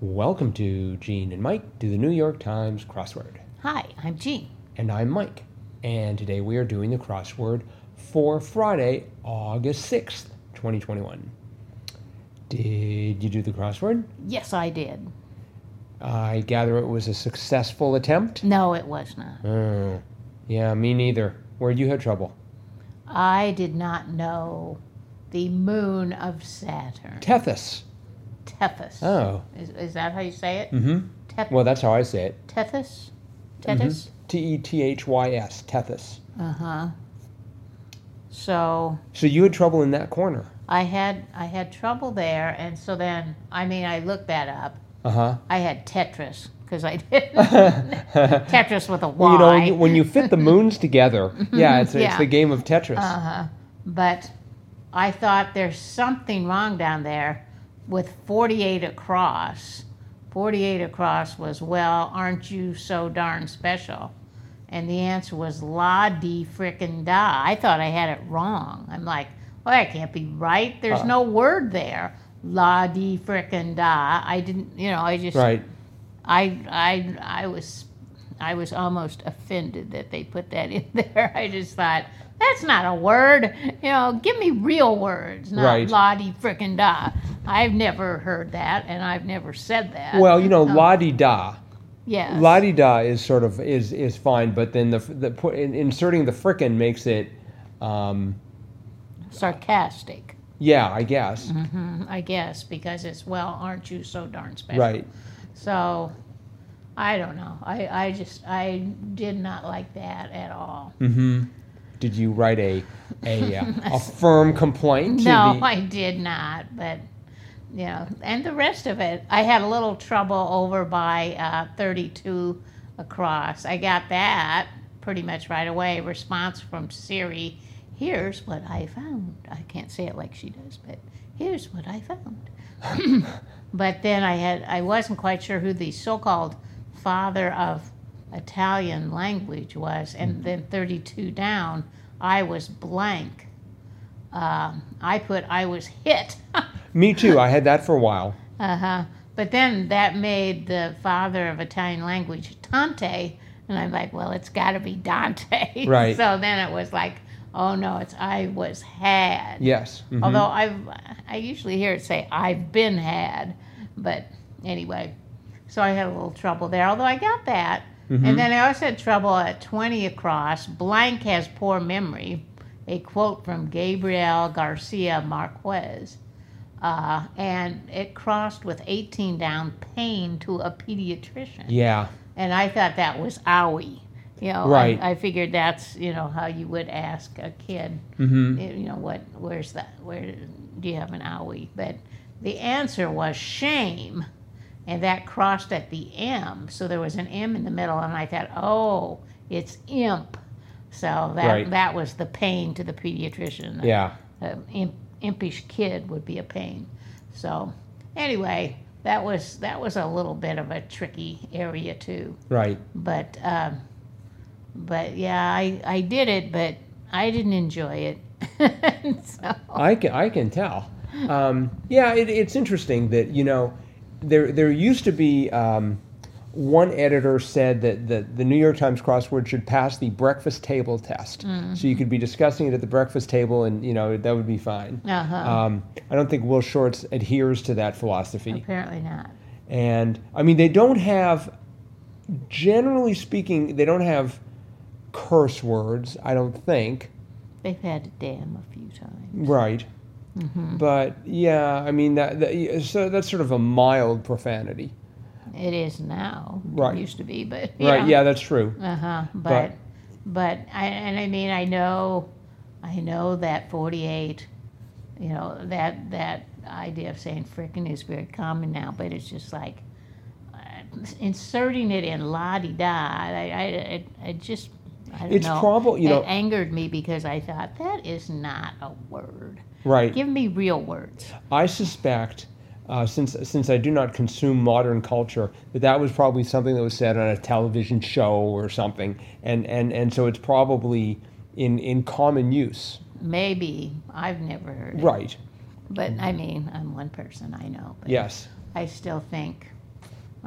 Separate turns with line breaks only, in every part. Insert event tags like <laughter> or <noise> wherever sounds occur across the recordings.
Welcome to Gene and Mike do the New York Times crossword.
Hi, I'm Jean.
And I'm Mike. And today we are doing the crossword for Friday, August 6th, 2021. Did you do the crossword?
Yes, I did.
I gather it was a successful attempt.
No, it was not.
Oh, yeah, me neither. Where'd you have trouble?
I did not know the moon of Saturn.
Tethys.
Tethys.
Oh,
Is, is that how you say it?
mm-hmm.
Teth-
Well, that's how I say it.
Tethys? Tethys?
T E T H Y S, Tethys.
Uh huh. So
So you had trouble in that corner.
I had I had trouble there, and so then I mean I looked that up.
Uh
I had Tetris because
<laughs>
I did
huh.
<laughs> Tetris with a Y.
Well, you know, when you, when you fit the moons
<laughs>
together, yeah, it's, it's
Mm-hmm. Yeah.
the game of Tetris.
Uh huh. But I thought there's something wrong down there with 48 across. 48 across was, well, aren't you so darn special? And the answer was la di frickin' da. I thought I had it wrong. I'm like, well, that can't be right. There's no word there. La di frickin' da. I didn't, you know, I just,
Right.
I, I, I was, I was almost offended that they put that in <laughs> there. I just thought that's not a word. You know, give me real words, not
Right.
la di frickin' da. I've never heard that, and I've never said that.
Well, you know, la di da.
yes,
La di da is sort of is is fine, but then the the put, in, inserting the frickin' makes it, um,
sarcastic.
yeah, I guess,
Mhm, I guess because it's well, aren't you so darn special?
right.
So, I don't know. I, I just I did not like that at all.
hmm Did you write a
<laughs>
a uh, a firm complaint? to
No,
the-
<laughs> I did not. But you know, and the rest of it, I had a little trouble over by uh, 32 across. I got that pretty much right away. Response from Siri: Here's what I found. I can't say it like she does, but here's what I found. <laughs> but then I had I wasn't quite sure who the so-called father of Italian language was, and then 32 down, I was blank. Um, I put I was hit.
<laughs>
<laughs>
me too. I had that for a while.
Uh huh. But then that made the father of Italian language Dante, and I'm like, well, it's got to be Dante. <laughs>
Right.
so then it was like, oh no, it's I was had.
Yes. mhm.
Although I've I usually hear it say I've been had, but anyway, so I had a little trouble there. Although I got that,
Mm-hmm.
and then I also had trouble at twenty across. Blank has poor memory. A quote from Gabriel Garcia Marquez, uh, and it crossed with eighteen down. Pain to a pediatrician,
yeah.
and I thought that was owie. You know, I-
Right.
I, figured that's you know how you would ask a kid
hmm
you know what where's that where do you have an owie but the answer was shame and that crossed at the m so there was an m in the middle and i thought oh it's imp so that
Right.
that was the pain to the pediatrician
Yeah.
an imp, impish kid would be a pain so anyway that was that was a little bit of a tricky area too
Right.
but um, but yeah, I I did it, but I didn't enjoy it. <laughs> so,
I can I can tell. Um, yeah, it, it's interesting that you know there there used to be um, one editor said that, that the New York Times crossword should pass the breakfast table test, so you could be discussing it at the breakfast table, and you know that would be fine.
uh-huh.
Um, I don't think Will Shortz adheres to that philosophy,
apparently not.
and I mean they don't have, generally speaking, they don't have curse words. I don't think.
They've had to damn a few times.
Right. But yeah, I mean that, that yeah, so that's sort of a mild profanity.
It is now.
Right.
It used to be, but
Right. Yeah, that's true.
Uh huh. But
But-
but I and I mean I know I know that forty eight. You know that that idea of saying frickin' is very common now, but it's just like uh, inserting it in la di da. I, I it, it just I don't
It's
know.
probably- you
it
know-
angered me because I thought that is not a word.
Right.
Give me real words.
I suspect uh, since since I do not consume modern culture that that was probably something that was said on a television show or something. And and and so it's probably in in common use.
Maybe I've never heard it,
Right.
but I mean I'm one person I know. But
Yes.
I still think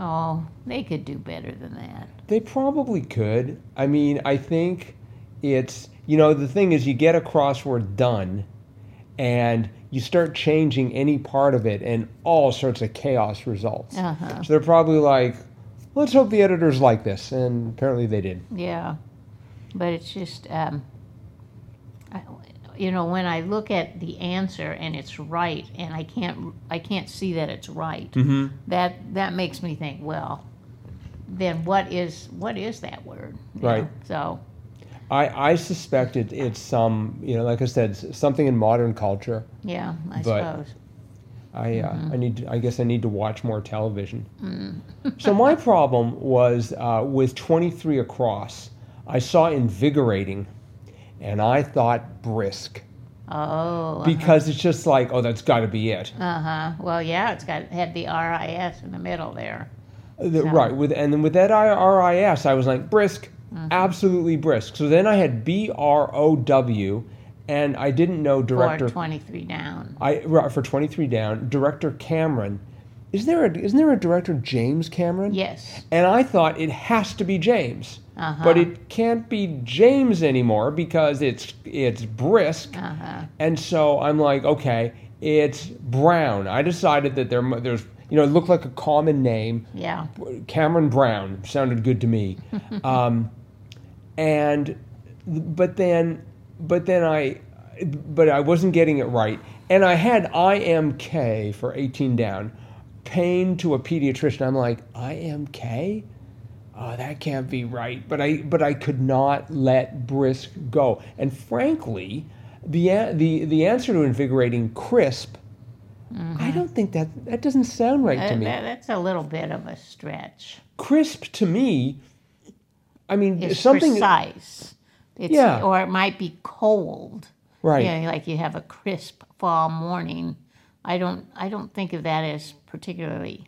Oh, they could do better than that.
They probably could. I mean, I think it's, you know, the thing is you get a crossword done and you start changing any part of it and all sorts of chaos results.
Uh-huh.
So they're probably like, let's hope the editors like this. And apparently they did.
Yeah, but it's just, um, I, you know, when I look at the answer and it's right, and I can't, I can't see that it's right.
Mm-hmm.
That that makes me think. Well, then what is what is that word? you
Right.
know? So
I, I suspect it, it's some, you know, like I said, s- something in modern culture.
yeah, I
But-
suppose.
I, uh, I need. To, I guess I need to watch more television. so my problem was uh, with 23 across. I saw invigorating, and I thought brisk
Oh.
because it's just like, oh, that's got to be it,
Uh huh. Well, yeah, it's got had the RIS in the middle there.
The- right? With and then with that IRIS, I was like brisk, absolutely brisk. So then I had B R O W, and I didn't know
Or
director.
twenty-three down.
I right, for 23 down, director Cameron. Is there a isn't there a director James Cameron?
Yes.
And I thought it has to be James.
Uh-huh.
But it can't be James anymore because it's it's brisk.
Uh huh.
And so I'm like, okay, it's Brown. I decided that there mu- there's you know, it looked like a common name.
Yeah.
Cameron Brown sounded good to me. um, and but then but then I but I wasn't getting it right. And I had IMK for 18 down. Pain to a pediatrician. I'm like, IMK? Oh, that can't be right. But I but I could not let brisk go. And frankly, the a- the the answer to invigorating crisp I don't think that that doesn't sound right to
That,
me
that- that's a little bit of a stretch.
crisp to me. I mean,
It's
something
precise. It's,
Yeah.
Or it might be cold.
right.
You know, like you have a crisp fall morning. I don't. I don't think of that as particularly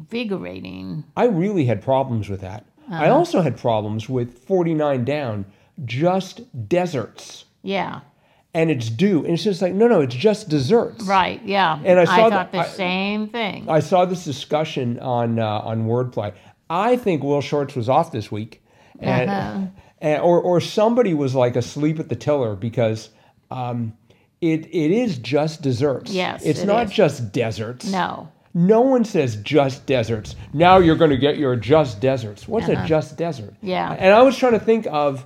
invigorating.
I really had problems with that. I
Uh-huh.
also had problems with 49 down, just deserts,
Yeah.
and it's due. And it's just like, no, no, it's just desserts.
Right. Yeah.
And I saw the-
thought the,
I-
same thing.
I saw this discussion on uh, on wordplay. I think Will Shorts was off this week, and,
Uh-huh.
and or or somebody was like asleep at the tiller because um, it it is just desserts.
Yes,
it's
it
not
is.
just deserts.
no.
No one says just deserts. Now you're going to get your just deserts. What's a just desert?
Uh-huh. Yeah.
And I was trying to think of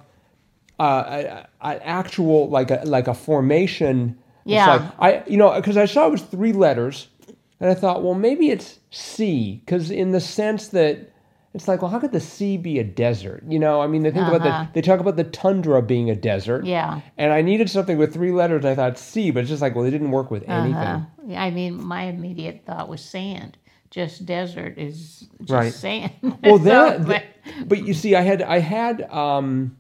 uh, an actual like a like a formation. It's
Yeah.
like- I you know because I saw it was three letters, and I thought, well, maybe it's C because in the sense that it's like, well, how could the sea be a desert? You know, I mean, they think
Uh-huh.
about the they talk about the tundra being a desert.
Yeah.
And I needed something with three letters, and I thought C, but it's just like, well, it didn't work with anything.
Uh, I mean, my immediate thought was sand. Just desert is just
Right.
sand. <laughs>
<laughs> well
So,
that,
but-
th- but you see i had i had um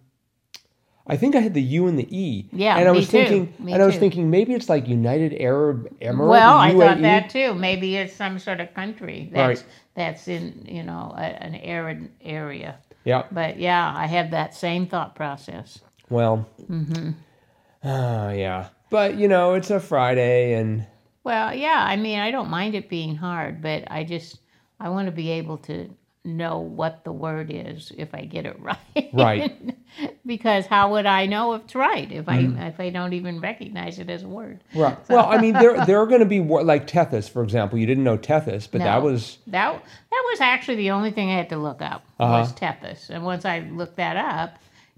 i think i had the u and the e
Yeah,
and i
me
was
too.
thinking
Me
and i was
too.
thinking maybe it's like united arab emirates
well, I thought
UAE.
that too. Maybe it's some sort of country that's
E? Right.
that's in you know a, an arid area.
yeah
But yeah, I had that same thought process.
well
Mm-hmm.
Ah, yeah but you know it's a friday and
Well, yeah, I mean, I don't mind it being hard, but I just I want to be able to know what the word is if I get it <laughs> right.
Right.
because how would I know if it's right if I if I don't even recognize it as a word?
right well i mean there there are going to be wor- like tethys for example you didn't know tethys but that
No.
was
That that was actually the only thing I had to look up was Tethys, and once I looked that up,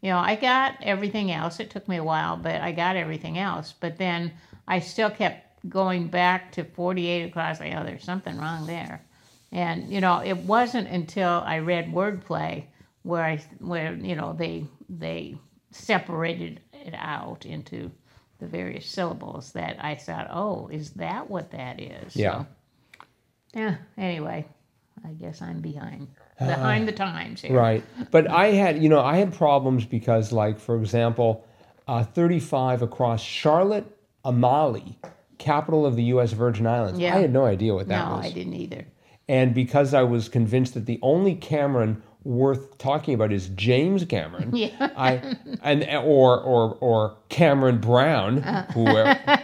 you know, I got everything else. It took me a while, but I got everything else. But then I still kept going back to forty-eight across. Like, oh, there's something wrong there, and you know, it wasn't until I read wordplay where I where you know they they separated it out into the various syllables that I thought, oh, is that what that is?
Yeah.
So, yeah. Anyway, I guess I'm behind behind the times here.
Ah. Right. But I had, you know, I had problems because, like, for example, uh, 35 across Charlotte, Amali, capital of the U.S. Virgin Islands.
Yeah.
I had no idea what that
No, I
was.
didn't either. <laughs>
And because I was convinced that the only Cameron worth talking about is James Cameron,
Yeah. Uh-huh. <laughs>
I and or or or Cameron Brown, whoever,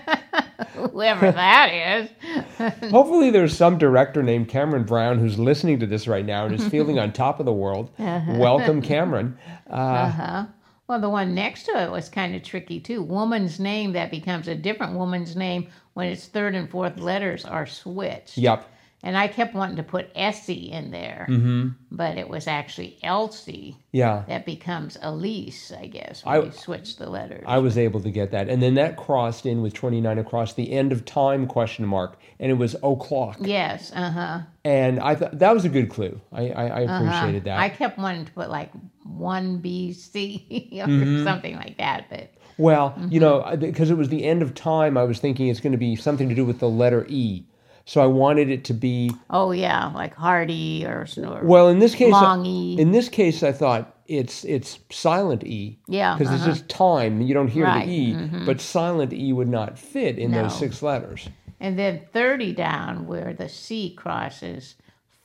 whoever that is.
Hopefully, there's some director named Cameron Brown who's listening to this right now and is feeling on top of the world. Welcome, Cameron. Uh,
uh-huh. Well, the one next to it was kind of tricky too. Woman's name that becomes a different woman's name when its third and fourth letters are switched.
yep.
And I kept wanting to put Essie in there,
hmm
but it was actually Elsie
Yeah.
that becomes Elise, I guess, when
I-
you switch the letters.
I was able to get that, and then that crossed in with 29 across the end of time question mark, and it was o'clock.
yes, uh huh.
And I thought that was a good clue. I I, I appreciated that.
Uh-huh. I kept wanting to put like one BC <laughs> or
Mm-hmm.
something like that, but
Well,
Mm-hmm.
you know, because it was the end of time, I was thinking it's going to be something to do with the letter E. So I wanted it to be
oh yeah, like Hardy or Snor.
well. In this case,
Long E.
in this case, I thought it's it's silent E.
Yeah, uh-huh.
because it's just time. You don't hear
Right, mm-hmm.
the E, but silent E would not fit in
No.
those six letters.
And then 30 down where the sea crosses,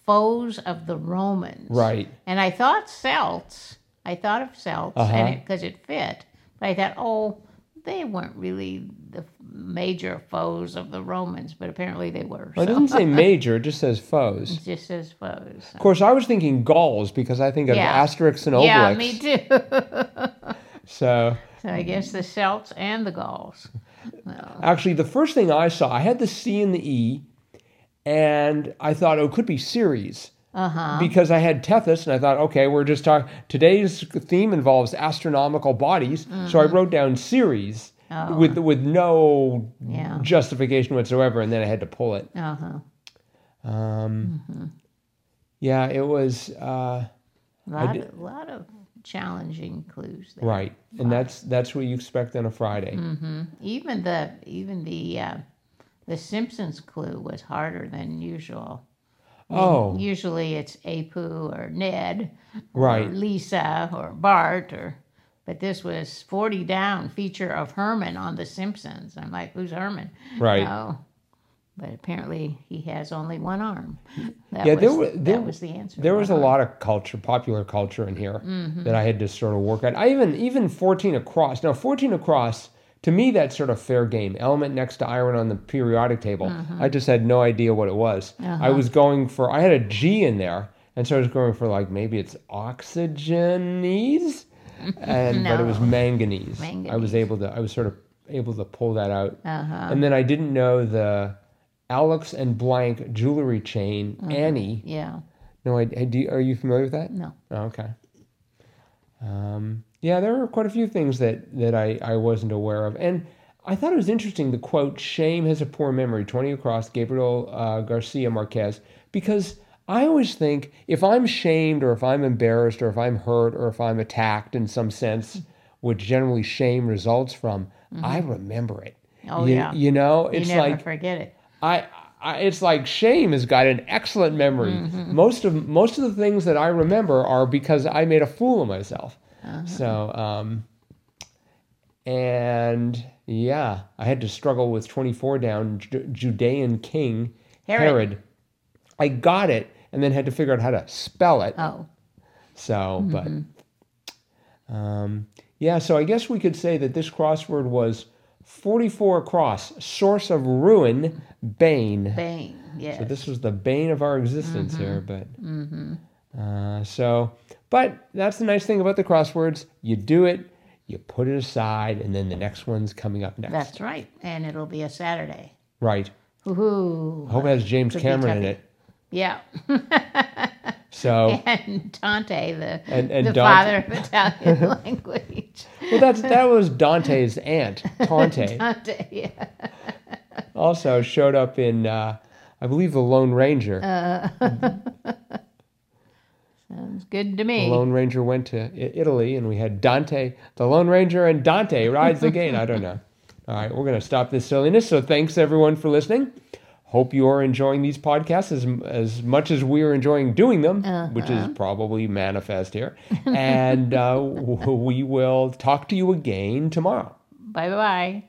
foes of the Romans.
Right.
And I thought Celts, I thought of Celts
Uh-huh.
and it because it fit, but I thought, oh, they weren't really the major foes of the Romans, but apparently they were.
Well, it
so
doesn't
<laughs>
say major; it just says foes.
it just as foes.
Of course, I was thinking Gauls because I think of
Yeah.
asterisks and Obelix.
Yeah, me too. <laughs>
So
so I guess the Celts and the Gauls.
Actually, the first thing I saw, I had the C and the E, and I thought, oh, it could be series.
Uh-huh.
Because I had Tethys, and I thought, okay, we're just talking. Today's theme involves astronomical bodies, so I
Mm-hmm.
wrote down series with with no
Oh. Yeah.
justification whatsoever, and then I had to pull it.
Uh huh.
Yeah, it was uh,
A lot, of, lot of challenging clues there.
right, and that's that's what you expect on a Friday.
Mm-hmm. Even the even the uh, the Simpsons clue was harder than usual.
Oh,
Usually it's Apu or Ned, or
right,
Lisa or Bart or. But this was forty down feature of Herman on The Simpsons. I'm like, who's Herman?
Right.
No. But apparently he has only one arm. That
Yeah,
was,
there were- there-
that was the answer.
There was a
one arm.
lot Mm-hmm. of culture, popular culture in here that I had to sort of work at. I even even 14 across. Now 14 across to me that's sort of fair game. Element next to iron on the periodic table. I just had no idea what it was. I was going for I had a G in there and so I was going for like maybe it's <laughs> oxygenese and but it was manganese. I was
Manganese.
able to I was sort of able to pull that out.
Uh-huh.
And then I didn't know the Alex and Blank jewelry chain Annie
Yeah.
no, I, I- do, are you familiar with that?
No.
Oh, okay. Um, yeah, there were quite a few things that, that I, I wasn't aware of. And I thought it was interesting the quote, shame has a poor memory, 20 across, Gabriel uh, Garcia Marquez, because I always think if I'm shamed or if I'm embarrassed or if I'm hurt or if I'm attacked in some sense, which generally shame results from, I remember it.
Mm-hmm. Oh,
You-
yeah.
You know,
You
it's
never
like
forget it.
I, I it's like shame has got an excellent memory. Most of most of the things that I remember are because I made a fool of myself. So um and yeah, I had to struggle with 24 down Ju- Judean king Herod.
Herod.
I got it and then had to figure out how to spell it.
Oh.
So, but um, yeah, so I guess we could say that this crossword was 44 across, source of ruin, bane.
Bang. Yes. Mm-hmm.
So this was the bane of our existence here, but uh, so, but that's the nice thing about the crosswords. You do it, you put it aside, and then the next one's coming up next.
That's right. And it'll be a Saturday.
right.
Woohoo.
Hope it has James
Could be
Cameron in
tough.
it.
Yeah.
So.
<laughs> And Dante, the,
And- and
the
Dante.
father of Italian <laughs> language.
Well, that's that was Dante's
<laughs>
aunt, Tante.
Dante, yeah.
also showed up in, uh, I believe, The Lone Ranger.
Sounds good to
the
me.
Lone Ranger went to I- Italy, and we had Dante, the Lone Ranger, and Dante rides again. I don't know. All right, we're going to stop this silliness. So thanks everyone for listening. Hope you are enjoying these podcasts as as much as we are enjoying doing them, which is probably manifest here. <laughs> And uh, w- we will talk to you again tomorrow.
Bye bye.